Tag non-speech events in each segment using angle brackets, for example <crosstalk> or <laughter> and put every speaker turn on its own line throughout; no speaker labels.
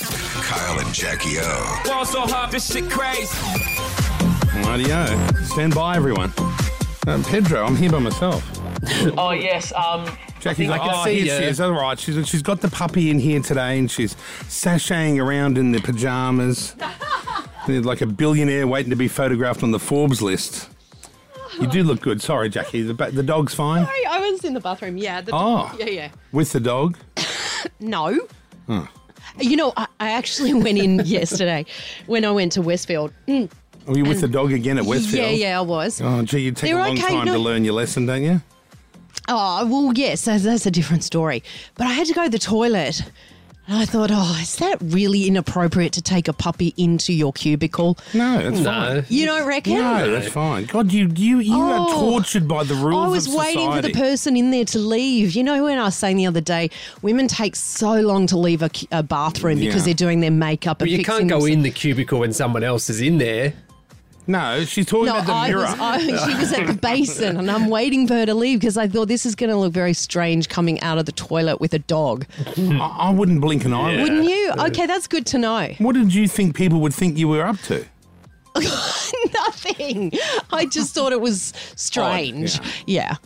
Kyle and Jackie O.
Ball so hard, this shit crazy.
Rightio. Stand by, everyone. Um, Pedro, I'm here by myself.
Oh yes, um,
Jackie's
think
like,
I can
oh,
see
here she
you."
is. All right. She's, she's got the puppy in here today and she's sashaying around in the pajamas.
<laughs>
They're like a billionaire waiting to be photographed on the Forbes list. You do look good. Sorry, Jackie. The, ba- the dog's fine.
Sorry, I was in the bathroom. Yeah. The,
Oh.
Yeah, yeah.
With the dog.
No.
Hmm.
You know, I, I actually <laughs> went in yesterday when I went to Westfield. Mm,
Are you with the dog again at Westfield?
Yeah, yeah, I was.
Oh, gee, you take
They're
a long
okay,
time
no-
to learn your lesson, don't you?
Oh, well, yes, that's, that's a different story. But I had to go to the toilet. And I thought, oh, is that really inappropriate to take a puppy into your cubicle?
No, that's
no.
fine.
You don't reckon?
No, that's fine. God, you you you are
Oh.
tortured by the rules.
I was
of
waiting for the
society.
person in there to leave. You know, when I was saying the other day, women take so long to leave a, cu- a bathroom
Yeah.
because they're doing their makeup
but
and
you
fixing
can't go
themselves.
in the cubicle when someone else is in there.
No, she's talking
No,
about the
I
mirror.
was, I, <laughs> she was at the basin and I'm waiting for her to leave because I thought this is going to look very strange coming out of the toilet with a dog.
I, I wouldn't blink an eyelid.
Wouldn't you? Okay, that's good to know. <laughs>
What did you think people would think you were up to?
Nothing. I just thought it was strange.
Odd,
yeah.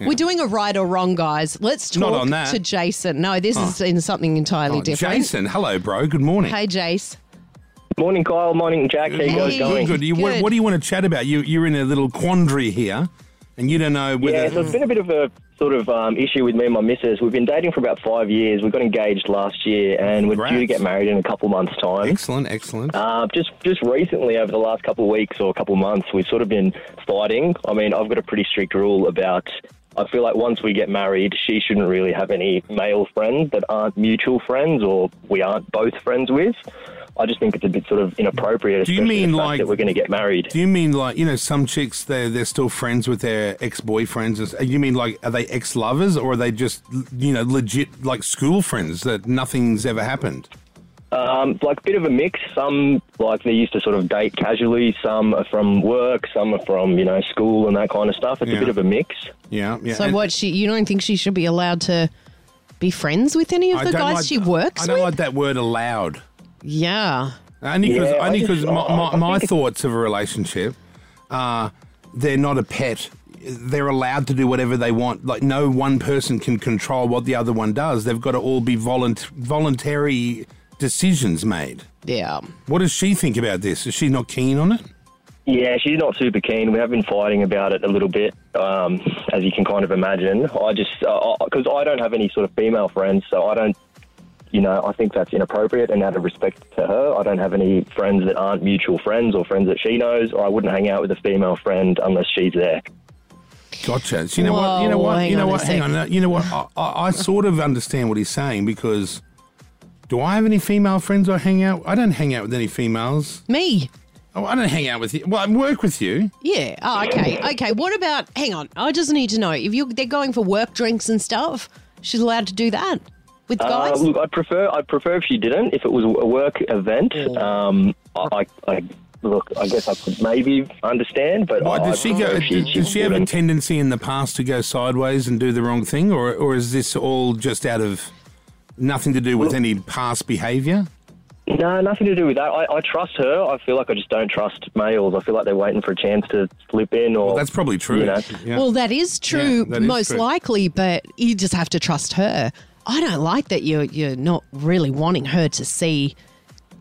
We're doing a right or wrong, guys. Let's talk
Not on that.
to Jason. No, this is in something entirely
Oh,
different.
Jason, hello, bro. Good morning.
Hey, Jace.
Morning, Kyle. Morning, Jack. How you guys
Hey.
Good,
going?
good. You, What,
Good.
what do you want to chat about? You, you're in a little quandary here, and you don't know whether.
Yeah,
Mm.
so it's been a bit of a sort of um, issue with me and my missus. We've been dating for about five years. We got engaged last year, and we're due to
Congrats.
get married in a couple months' time.
excellent, excellent.
Uh, just just recently, over the last couple of weeks or a couple of months, we've sort of been fighting. I mean, I've got a pretty strict rule about. I feel like once we get married, she shouldn't really have any male friends that aren't mutual friends or we aren't both friends with. I just think it's a bit sort of inappropriate.
Do you
especially the
mean
fact
like-
that we're going to get married?
do you mean like you know some chicks they they're still friends with their ex boyfriends? and s- You mean like are they ex lovers or are they just you know legit like school friends that nothing's ever happened?
Um, like a bit of a mix. Some like they used to sort of date casually. Some are from work. Some are from you know school and that kind of stuff. It's
Yeah.
a bit of a mix.
Yeah, yeah.
So
and-
what? She? You don't think she should be allowed to be friends with any of
I
the
don't
guys
like-
she works
I don't
with?
like that word allowed.
yeah.
Only because
Yeah, I just-
my,
I-
my,
I
my
think it-
thoughts of a relationship are they're not a pet. They're allowed to do whatever they want. Like no one person can control what the other one does. They've got to all be volunt- voluntary decisions made.
Yeah.
What does she think about this? Is she not keen on it?
Yeah, she's not super keen. We have been fighting about it a little bit, um, as you can kind of imagine. I just because I don't have any sort of female friends, so I don't. You know, I think that's inappropriate, and out of respect to her, I don't have any friends that aren't mutual friends or friends that she knows, or I wouldn't hang out with a female friend unless she's there.
Gotcha. So you know what? You know
Whoa,
what?
hang
You know
on a
what? Hang
sec.
on. You know what? I, I, I sort of understand what he's saying because do I have any female friends I hang out? I don't hang out with any females.
Me.
Oh, I don't hang out with you. Well, I work with you.
Yeah. Oh, okay. Okay. What about? Hang on. I just need to know if you they're going for work drinks and stuff. She's allowed to do that with
Uh,
guys.
look, I'd prefer I'd prefer if she didn't. If it was a work event, um, I, I, I look, I guess I could maybe understand. But
Why
Oh, I,
does she go?
if
Did, did she have a
wouldn't.
tendency in the past to go sideways and do the wrong thing, or or is this all just out of nothing to do with any past behaviour?
No, nothing to do with that. I, I trust her. I feel like I just don't trust males. I feel like they're waiting for a chance to slip in, or
Well, that's probably true.
You know.
Yeah.
Well, that is true,
Yeah, that is
most
true.
likely. But you just have to trust her. I don't like that you're you're not really wanting her to see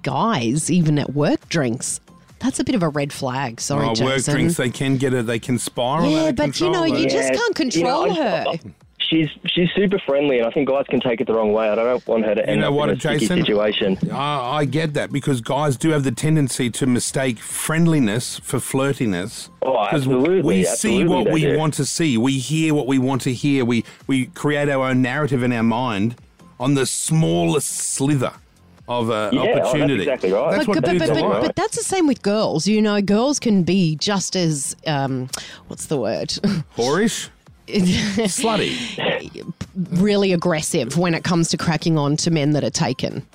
guys even at work drinks. That's a bit of a red flag. Sorry,
Oh,
Jason.
work drinks. They can get a. They can spiral. out
yeah,
of
but you know
control,
you
though.
just
Yeah,
can't
you know,
control
I-
her.
she's she's super friendly, and I think guys can take it the wrong way. I don't want her to end
know
up
what,
in a sticky
Jason?
situation.
I, I get that because guys do have the tendency to mistake friendliness for flirtiness.
Oh,
'Cause
absolutely,
We see
absolutely
what
they
we
do.
want to see. We hear what we want to hear. We we create our own narrative in our mind on the smallest slither of a
Yeah, oh, that's
opportunity.
exactly right.
That's
But-
what
but, but,
dudes
but,
are
but,
like.
but that's the same with girls. You know, girls can be just as, um, what's the word? <laughs>
Whorish, slutty.
really aggressive when it comes to cracking on to men that are taken.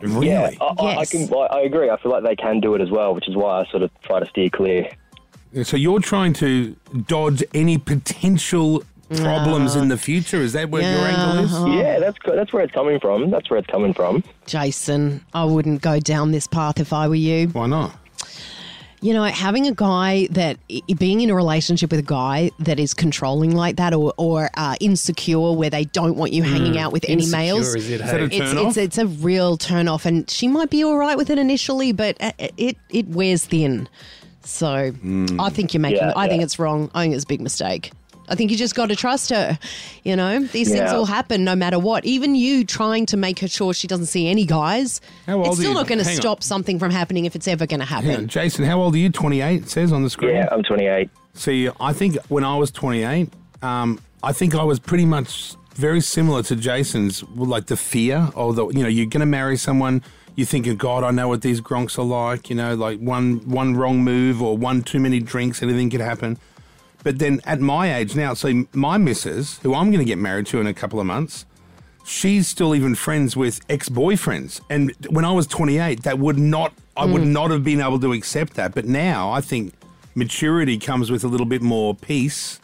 Really?
Yeah, oh. I, I- I
Yes.
can. I, I agree. I feel like they can do it as well, which is why I sort of try to steer clear.
So you're trying to dodge any potential problems in the future. Is that where your angle is?
Yeah, that's that's where it's coming from. That's where it's coming from.
Jason, I wouldn't go down this path if I were you.
Why not?
You know, having a guy that i- being in a relationship with a guy that is controlling like that or, or uh, insecure where they don't want you hanging out with any
Mm. Insecure
males.
is it,
Is that
hey?
a
It's,
turn off?
it's it's a real turn off, and she might be all right with it initially, but uh, it it wears thin. So
Hmm.
I think you're making.
Yeah,
I think
yeah.
it's wrong. I think it's a big mistake. I think you just got to trust her. You know, these things
Yeah.
all happen no matter what. Even you trying to make her sure she doesn't see any guys,
How old
it's
are
still
you?
not going to
Hang on.
stop something from happening if it's ever going to happen.
Hang on, Jason, how old are you? 28, it says on the screen.
Yeah, I'm 28.
See, I think when I was 28, um, I think I was pretty much very similar to Jason's, like the fear or the, you know, you're going to marry someone, you think, oh, God, I know what these gronks are like, you know, like one, one wrong move or one too many drinks, anything could happen. But then at my age now, see, my missus, who I'm going to get married to in a couple of months, she's still even friends with ex-boyfriends and when i was 28 that would not i would
Mm.
not have been able to accept that but now i think maturity comes with a little bit more peace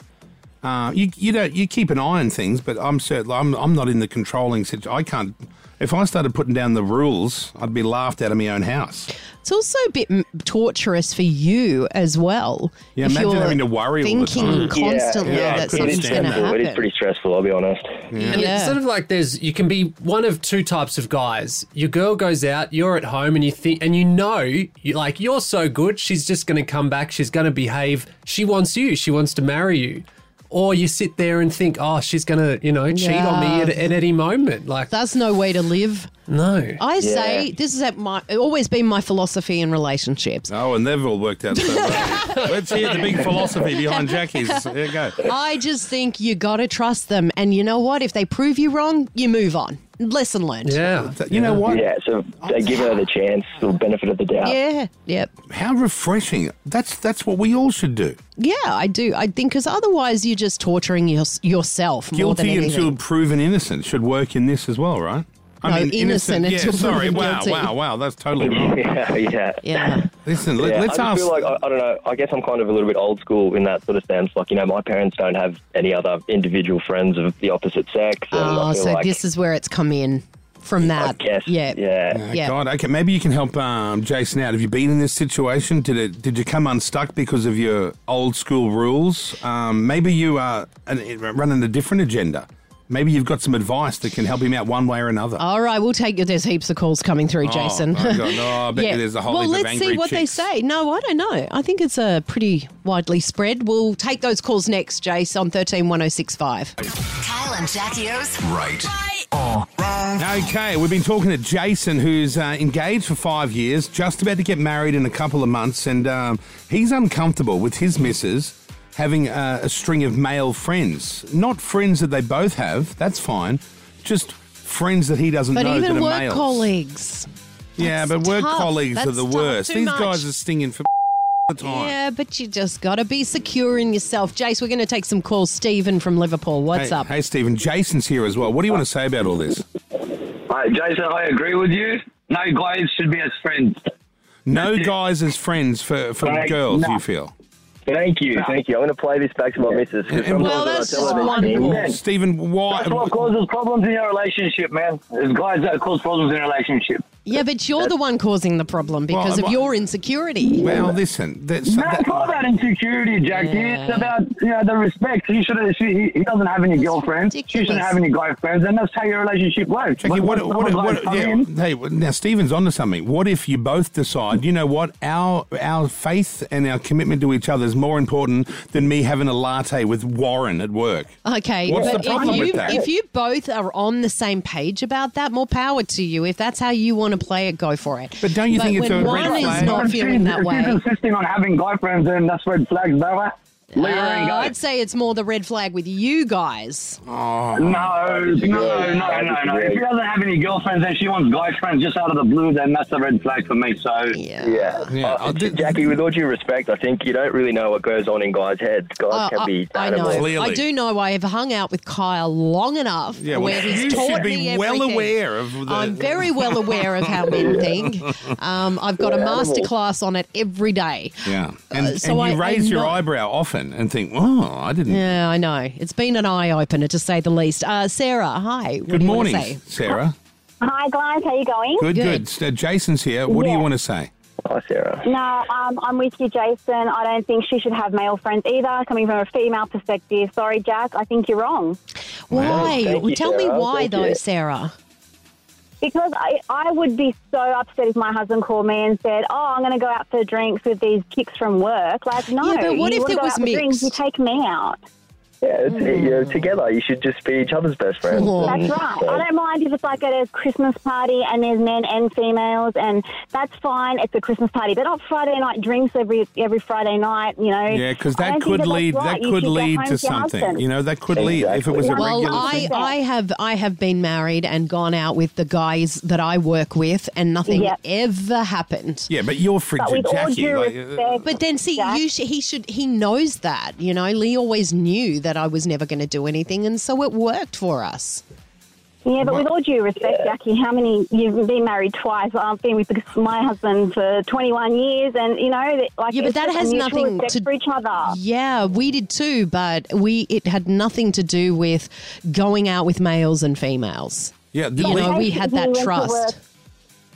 uh, you you don't you keep an eye on things, but I'm certain I'm, I'm not in the controlling situation. I can't. If I started putting down the rules, I'd be laughed out of my own house.
It's also a bit m- torturous for you as well.
Yeah,
if
imagine
you're
having to worry all the
thinking
time.
Yeah,
constantly
yeah, I couldn't
that something's going
stand
to
it.
happen.
It is pretty stressful. I'll be honest.
And
Yeah.
it's sort of like there's you can be one of two types of guys. Your girl goes out, you're at home, and you think and you know you like you're so good, she's just gonna come back, she's gonna behave. She wants you, she wants to marry you. Or you sit there and think, oh, she's gonna, you know, cheat on me
Yeah.
at, at any moment. Like
That's no way to live.
no.
I say
Yeah.
this is at my always been my philosophy in relationships.
Oh, and they've all worked out so
<laughs>
well. Let's hear the big philosophy behind Jackie's. There you go.
I just think you got to trust them, and you know what? If they prove you wrong, you move on. Lesson learned.
yeah.
You know what?
Uh, Yeah, so they give her the chance, the benefit of the doubt.
Yeah. Yep.
How refreshing. That's that's what we all should do.
Yeah, I do. I think because otherwise you're just torturing your, yourself more than
guilty
anything.
until proven innocent should work in this as well, right?
No, innocent
yeah,
until
sorry.
proven
Wow,
guilty.
wow, wow. That's totally wrong.
<laughs> Yeah, yeah.
yeah.
Listen, let,
Yeah,
us
I just
ask.
feel like I, I don't know. I guess I'm kind of a little bit old school in that sort of sense. Like you know, my parents don't have any other individual friends of the opposite sex. And
Oh,
I feel
so
like,
this is where it's come in from that.
I guess,
Yeah.
yeah.
Yeah.
Oh, God, okay. Maybe you can help um, Jason out. Have you been in this situation? Did it? Did you come unstuck because of your old school rules? Um, maybe you are an, running a different agenda. Maybe you've got some advice that can help him out one way or another.
All right, we'll take you. There's heaps of calls coming through, Oh, Jason.
Oh, my God. No, I
<laughs>
bet you there's a whole
Well,
heap of
let's see
angry
what they
chicks.
say. No, I don't know. I think it's a pretty widely spread. We'll take those calls next, Jason, on 131065.
Kyle and Jackie O's
Right.
Okay, we've been talking to Jason, who's uh, engaged for five years, just about to get married in a couple of months, and um, he's uncomfortable with his missus having uh, a string of male friends. Not friends that they both have, that's fine, just friends that he doesn't
But
know that
even
are
work
males.
colleagues.
yeah, but work
tough.
colleagues are
That's
the
tough.
worst.
Too
These
much.
guys are stinging for the time.
Yeah, but you just got to be secure in yourself. Jace, we're going to take some calls. Stephen from Liverpool, what's
hey,
up?
Hey, Stephen, Jason's here as well. What do you want to say about all this?
Uh, Jason, I agree with you. No guys should be as friends.
No guys as friends for, for
Right,
girls,
no.
you feel?
Thank you, thank you. I'm going to play this back to my missus. 'cause
And- and-
sometimes
Well,
when I
that's
tell her
just
these
wonderful.
things-
Stephen, why?
That's what causes problems in your relationship, man. It's guys that cause problems in a relationship.
yeah, but you're the one causing the problem because
Well,
of
well-
your insecurity.
Well, listen, that's,
No, it's not about insecurity, Jackie. It's about you know the respect. He should. She, he- he doesn't have any girlfriends. She
ridiculous.
shouldn't have any guy friends, and that's how your relationship works.
Jackie,
When-
what,
when
what,
someone
what,
guys come
yeah,
in-
hey, well, now Stephen's onto something. What if you both decide, you know what, our our faith and our commitment to each other is more important than me having a latte with Warren at work?
Okay,
What's
but
the problem
if, you,
with that?
if you both are on the same page about that, more power to you. If that's how you want to play it, go for it.
But don't you think it's
when
a
one
red
is
flag?
not
If
feeling
she's-
that
if
way?
She's insisting on having guy friends, then that's red flags, brother. Leave her and
Uh,
go.
I'd say it's more the red flag with you guys.
No, no, no, no, no. If she doesn't have any girlfriends and she wants guy friends just out of the blue, then that's a red flag for me. So
Yeah.
Yeah,
Yeah,
Uh,
I did-
Jackie. With all due respect, I think you don't really know what goes on in guys' heads. Guys
I,
can be
Oh, I- I know.
animals.
Clearly.
I do know. I have hung out with Kyle long enough
Yeah, well,
where he's
you
taught
should be
me
well
everything.
aware of the.
I'm very well aware of
<laughs>
how men think. Um, I've got a
We're animals.
masterclass on it every day.
yeah, and,
Uh, so
and
I-
you
I
raise your
know-
eyebrow often. that and think, "Oh, I didn't."
Yeah, I know. It's been an eye opener to say the least. Uh, Sarah, hi. What
Good
do you want
morning,
to say?
Sarah.
Hi guys, how you going?
Good,
Good.
good. So Jason's here. What do
Yeah.
you want to say?
Hi, Sarah.
No, um, I'm with you, Jason. I don't think she should have male friends either. Coming from a female perspective, sorry, Jack, I think you're wrong.
Why?
Thank
Well,
you,
Tell me
Sarah.
why,
Thank
though,
you.
Sarah.
Because I, I would be so upset if my husband called me and said, "Oh, I'm going to go out for drinks with these chicks from work." Like, no.
Yeah, but what
you
if
wanna
it
go
was
out for drinks, you
mixed?
take me out.
Yeah, it's, you're together. You should just be each other's best friends.
Oh.
That's right. I don't mind if it's like at a Christmas party and there's men and females, and that's fine. It's a Christmas party, but not Friday night drinks every every Friday night. You know.
Yeah, because
I don't
that
think
could
that's
lead
right.
that
You
could
should go
lead
home
to
your
something.
husband.
You know, that could lead if it was a
Exactly.
Well,
regular.
I,
thing.
I have I have been married and gone out with the guys that I work with, and nothing
Yep.
ever happened.
yeah, but you're
But
frigid,
with all
Jackie.
due
like, uh,
respect,
But then, see,
Jack-
you sh- he should he knows that. You know, Lee always knew that I was never going to do anything, and so it worked for us.
Yeah, but with all due respect, Jackie, how many you've been married twice? I've been with my husband for 21 years, and you know, that- like
Yeah, but
it's
that
just a
has
mutual
nothing
respect
to-
for each other.
Yeah, we did too, but we it had nothing to do with going out with males and females.
yeah, the
You
lead-
know, we
If
had
he
that
went to
trust.
work-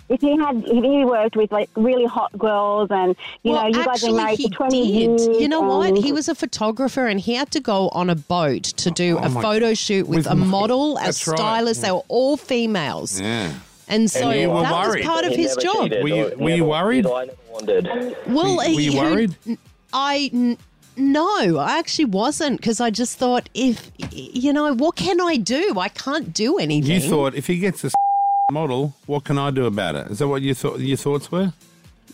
If he had, if he worked with like really hot girls, and you know, you guys been married for 20 years.
You know what?
and-
He was a photographer, and he had to go on a boat to do a
Oh my-
photo shoot with,
with
a
my-
model, a
That's right.
stylist. They were all females,
yeah.
and so
you were
that
worried
was part of
He
his
never
job.
cheated
Were you-
or
were you
never-
worried?
I never wondered.
Well,
Were- were you
who-
worried?
n- I n- no, I actually wasn't because I just thought if y- you know what can I do? I can't do anything.
You thought if he gets a <laughs> model, what can I do about it? Is that what you thought? Your thoughts were?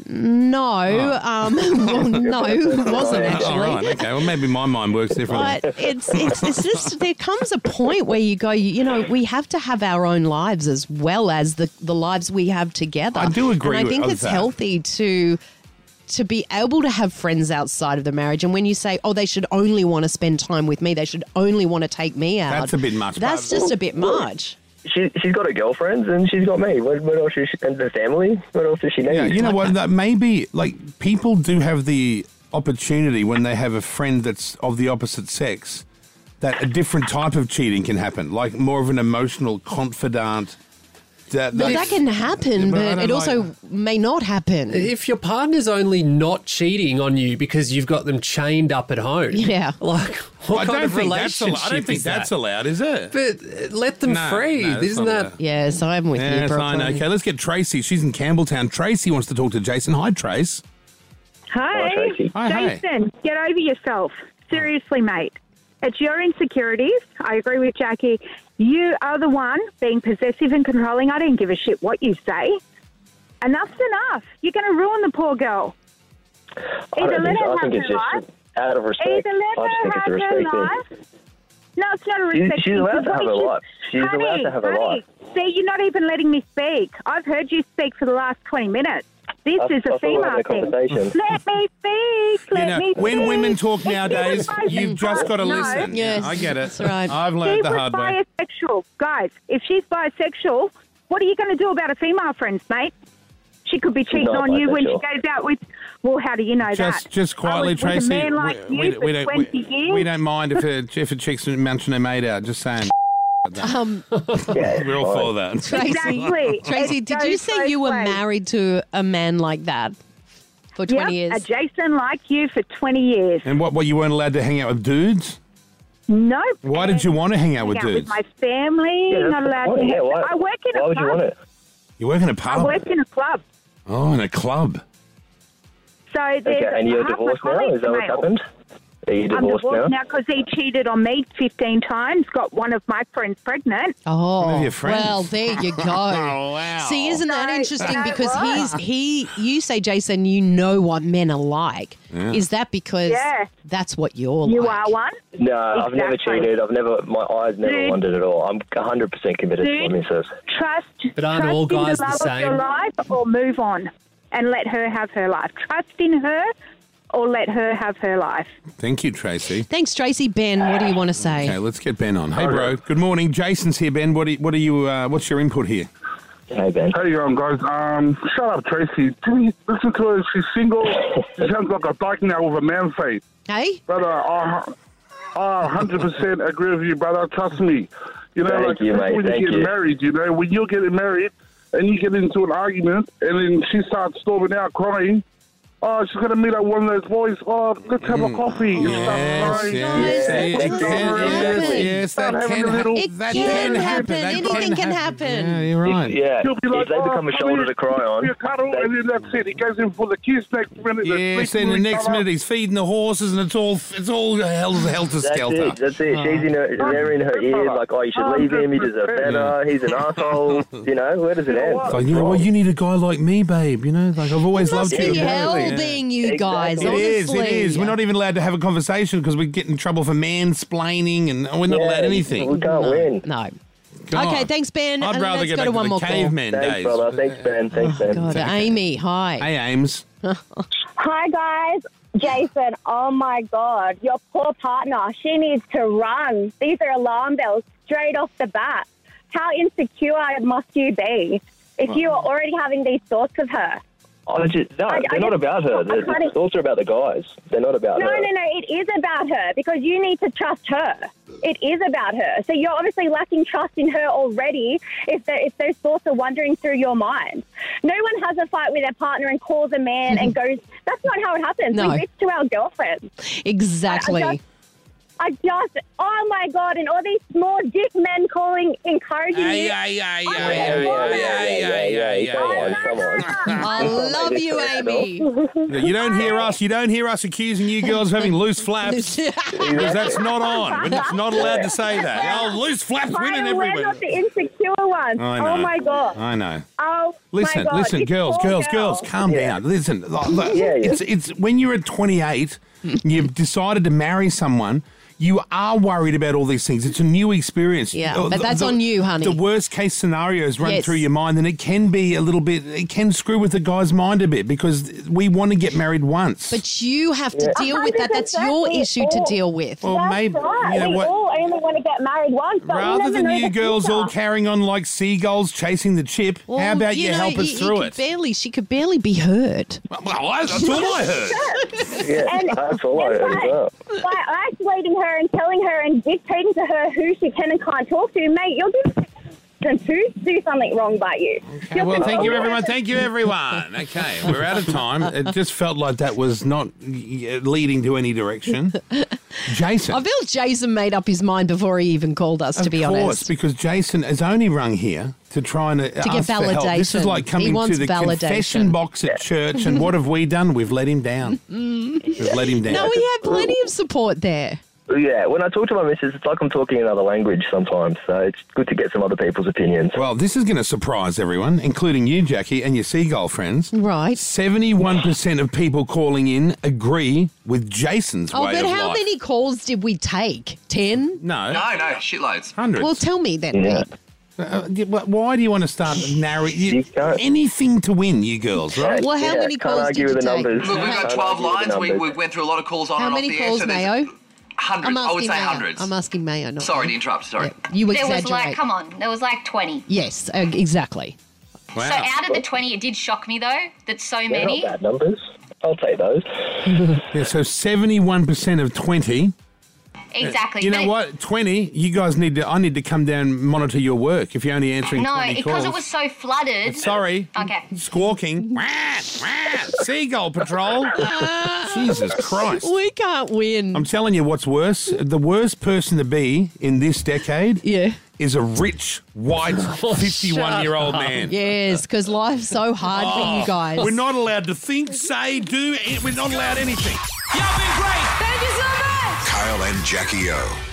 no, um, <laughs> well, no, it wasn't
Ah. <laughs> All
actually.
right, okay. Well, maybe my mind works differently.
But it's, it's it's just there comes a point where you go, you, you know, we have to have our own lives as well as the the lives we have together.
I do agree
And I
with-
think
of
it's
that.
healthy to to be able to have friends outside of the marriage. And when you say, oh, they should only want to spend time with me, they should only want to take me out.
That's a bit much,
That's
but-
just a bit much.
She, she's got her girlfriends and she's got me. What, what else is she, and the family? What else does she need?
Yeah, you know what? That maybe like people do have the opportunity when they have a friend that's of the opposite sex that a different type of cheating can happen, like more of an emotional confidant. That
Well,
they-
that can happen,
Yeah, but I
but,
don't
it also
like-
may not happen.
If your partner's only not cheating on you because you've got them chained up at home,
Yeah.
like what
I
kind
don't
of
think that's.
relationship
Al- I don't think
is
that's
that?
allowed, is it?
But uh, let them
No,
free,
no, that's
isn't
not
that?
allowed.
Yes, I'm with you,
Yes, I
Brooklyn.
know. Okay, let's get Tracy. She's in Campbelltown. Tracy wants to talk to Jason. Hi, Trace.
Hi,
Hi,
Tracy.
Hi, hi.
Jason, get over yourself. Seriously, mate. It's your insecurities. I agree with Jackie. You are the one being possessive and controlling. I don't give a shit what you say. Enough's enough. You're going to ruin the poor girl.
I
Either
don't
let
think so.
her
I
have
think it's
her life.
just out of
Either
respect.
let
I just think
her
it's a
have her
respect thing.
life. No, it's not a
She's-
respect
she's
thing,
allowed to
because
have
what
her
is-
life. She's allowed
honey,
to have her
honey,
life.
See, you're not even letting me speak. I've heard you speak for the last 20 minutes. This
I-
is
I
a
thought we
female
had a
thing.
conversation.
Let me speak. Let
You know,
me
when
speak.
women talk
If she was
nowadays, you've
bisexual-
just got to
no,
listen.
Yes,
I get it.
that's right.
I've
She
learned the
was
hard way.
bisexual. Guys, if she's bisexual, what are you going to do about her female friends, mate? She could be cheating
not
on you when she
bisexual.
goes out with. Well, how do you know
Just,
that?
just quietly,
I was
Tracy.
With a man like
we,
you
we-
for
we don't,
20
we,
years.
we don't mind if
<laughs>
a if a chick's munching her mate out. Just saying,
Um,
Yeah,
we're all
fine.
for that.
Tracy,
Exactly.
<laughs> Tracy,
It
did you
goes
say
both
you were
ways.
married to a man like that for 20
Yep,
years?
a Jason like you for 20 years.
<laughs> And what? What you weren't allowed to hang out with dudes?
Nope.
Why did you want to hang out with
hang out with
dudes?
my family?
Yeah, that's
not
the
allowed
point.
to.
Yeah, why-
I work in
Why
a
would you
club.
want it?
You work in a
I
pub.
work in a club.
oh, in a club.
So there's
Okay, and you're
half my
divorced now?
colleagues
Is that what's
male.
happened? Are you
I'm
divorced,
divorced
now?
now because he cheated on me 15 times, got one of my friends pregnant.
Oh,
Maybe you're friends. Oh,
well, there you
<laughs>
go.
wow.
See, isn't that
No,
interesting?
no,
Because
wow.
he's he. You say, Jason, you know what men are like. Is that because
Yeah.
that's what you're
You
like?
are one.
No, I've never
Exactly.
cheated. I've never. My eyes never
Dude.
wandered at all. I'm 100 percent committed to
Dude.
my missus.
Trust.
But aren't
trust
all
in
guys the
the love of
same?
your life or move on and let her have her life. Trust in her or let her have her life.
Thank you, Tracy.
Thanks, Tracy. Ben, what do you want to say?
Okay, let's get Ben on. Hey, bro. Good morning. Jason's here, Ben. What? Are, what are you? Uh, what's your input here?
Hey, Ben.
How you going, guys? Um, shut up, Tracy. Didn't listen to her. She's single. She sounds like a dyke now with a man face.
Hey?
Brother, I, I 100% agree with you, brother. Trust me. You know,
Thank
like especially
you, mate.
when you
Thank
get
you.
married, you know, when you're getting married and you get into an argument and then she starts storming out crying, oh, she's going to meet up one of those boys. Oh, let's have a coffee. and start crying.
yes,
Yeah.
it
Start
can-
crying.
yes, yes, that
Start having
can
a little-
It
That
can
can
happen.
happen. That
Anything can
can
happen.
Yeah, you're right.
Yeah,
He'll be like,
if they
oh,
become a
come
shoulder
here,
to cry on.
You cuddle, and then that's it. He goes in for the kiss next minute. they're
Yes,
sleeping
then the
with
next
each other.
minute he's feeding the horses, and it's all it's all hel- helter
That's
skelter.
it. That's it. She's in her. They're in her ear, like, "Oh, you should leave him. He deserves better. He's an asshole." You know, where does it end?
It's like, you know what? You need a guy like me, babe. You know, like I've always
Must
loved you.
be hell
Yeah.
being you guys.
It is. It
honestly.
is. We're not even allowed to have a conversation because we get in trouble for mansplaining, and we're not
Yeah,
allowed
We
anything.
can't win.
No.
God.
Okay, thanks, Ben.
I'd
And
rather
let's
go
go
back
to
to
one
the
more call.
caveman
Thanks,
days. Oh,
brother. Thanks, Ben. Thanks, Ben.
God, Amy, hi.
Hey, Ames.
Hi, guys. Jason, oh my God, your poor partner, she needs to run. These are alarm bells straight off the bat. How insecure must you be if you are already having these thoughts of her?
I just, no,
I- I
they're not
just-
about her.
I
They're,
can't-
the thoughts are about the guys. They're not about
No,
her.
no, no, it is about her because you need to trust her. It is about her. So you're obviously lacking trust in her already if, the, if those thoughts are wandering through your mind. No one has a fight with their partner and calls a man and goes, that's not how it happens.
No.
We bitch to our girlfriends.
Exactly.
I- I just- I just, oh my god, and all these small dick men calling, encouraging me. Oh,
Come on, come
<laughs>
on.
I love you, Amy.
You don't hear us. You don't hear us accusing you girls of having loose flaps
<laughs>
because that's not on. We're not not allowed to say that. Oh, loose flaps, women
Why are we
everywhere.
not the insecure ones?
I know.
Oh my god.
I know.
Oh
Listen,
my god.
listen,
It's
girls,
poor
girls, girls, calm down. Listen, like, look,
yeah.
it's it's when you're at
<laughs>
28, you've decided to marry someone. You are worried about all these things. It's a new experience.
Yeah,
Uh,
but that's on you, honey.
The worst case scenarios run
Yes.
through your mind, and it can be a little bit. It can screw with the guy's mind a bit because we want to get married once.
But you have to deal with that. That's your issue to deal with.
Well,
That's
maybe
right.
you know
we
what.
all only want to get married once, but we
Rather
never
than
know
you
the
girls all
future.
carrying on like seagulls chasing the chip, how
Well,
about you,
know,
help us
you
through
could
it?
Barely, she could barely be hurt.
Well, I- that's all I heard.
Yeah, that's all I heard as well.
By isolating her and telling her and dictating to her who she can and can't talk to, mate, you're giving them to do something wrong by you. You're
well, thank you,
controlling
everyone.
her.
Thank you,
<laughs>
everyone. Okay, we're out of time. It just felt like that was not y- leading to any
<laughs>
direction. Jason,
I feel Jason made up his mind before he even called us, to
of
be
course,
honest.
because Jason has only rung here to try and to
get
ask for help. This is
validation.
like
He
coming
wants
to the
validation.
confession box
<laughs>
at church, and what have we done? We've let him down. We've let him down.
No, we had plenty of support there.
Yeah, when I talk to my missus, it's like I'm talking another language sometimes. So it's good to get some other people's opinions.
Well, this is going to surprise everyone, including you, Jackie, and your seagull friends.
Right.
71% of people calling in agree with Jason's
Oh,
way
but
of
how
life.
many calls did we take? Ten?
No.
No, Oh, no, shitloads.
Hundreds.
Well, tell me then,
Yeah.
Pete.
Uh, d- wh- why do you want to start narrowing?
You
You,
can't.
anything to win, you girls, right?
Well, how
yeah,
many
can't
calls
argue
did
with
you
the
take?
numbers.
Look, we've got
Can't
12
argue with
lines.
the
We, we
numbers.
went through a lot of calls on
How
and off
many
the air.
calls,
so there's
Mayo? I'm
Hundreds. I would
asking
say
Mayo.
hundreds.
I'm asking Mayo. Not
Sorry
you.
to interrupt. Sorry.
Yeah, you
There
exaggerate.
was like, come on, there was like 20.
Yes, uh, exactly.
Wow.
So out of the 20, it did shock me though that so
They're
many.
not bad numbers. I'll take those.
<laughs>
yeah, so 71% of 20.
Exactly.
You
but
know
it-
what? 20, you guys need to, I need to come down and monitor your work if you're only answering
No,
20
because
calls.
it was so flooded.
Sorry.
Okay.
Squawking. <laughs> Wah, wah,
<laughs>
Seagull patrol. Jesus Christ.
We can't win.
I'm telling you what's worse. The worst person to be in this decade
Yeah.
is a rich, white, 51 year old man.
Yes, because life's so hard for you guys.
Oh. We're not allowed to think, say, do, and we're not allowed anything.
Y'all been great.
Kyle and Jackie O.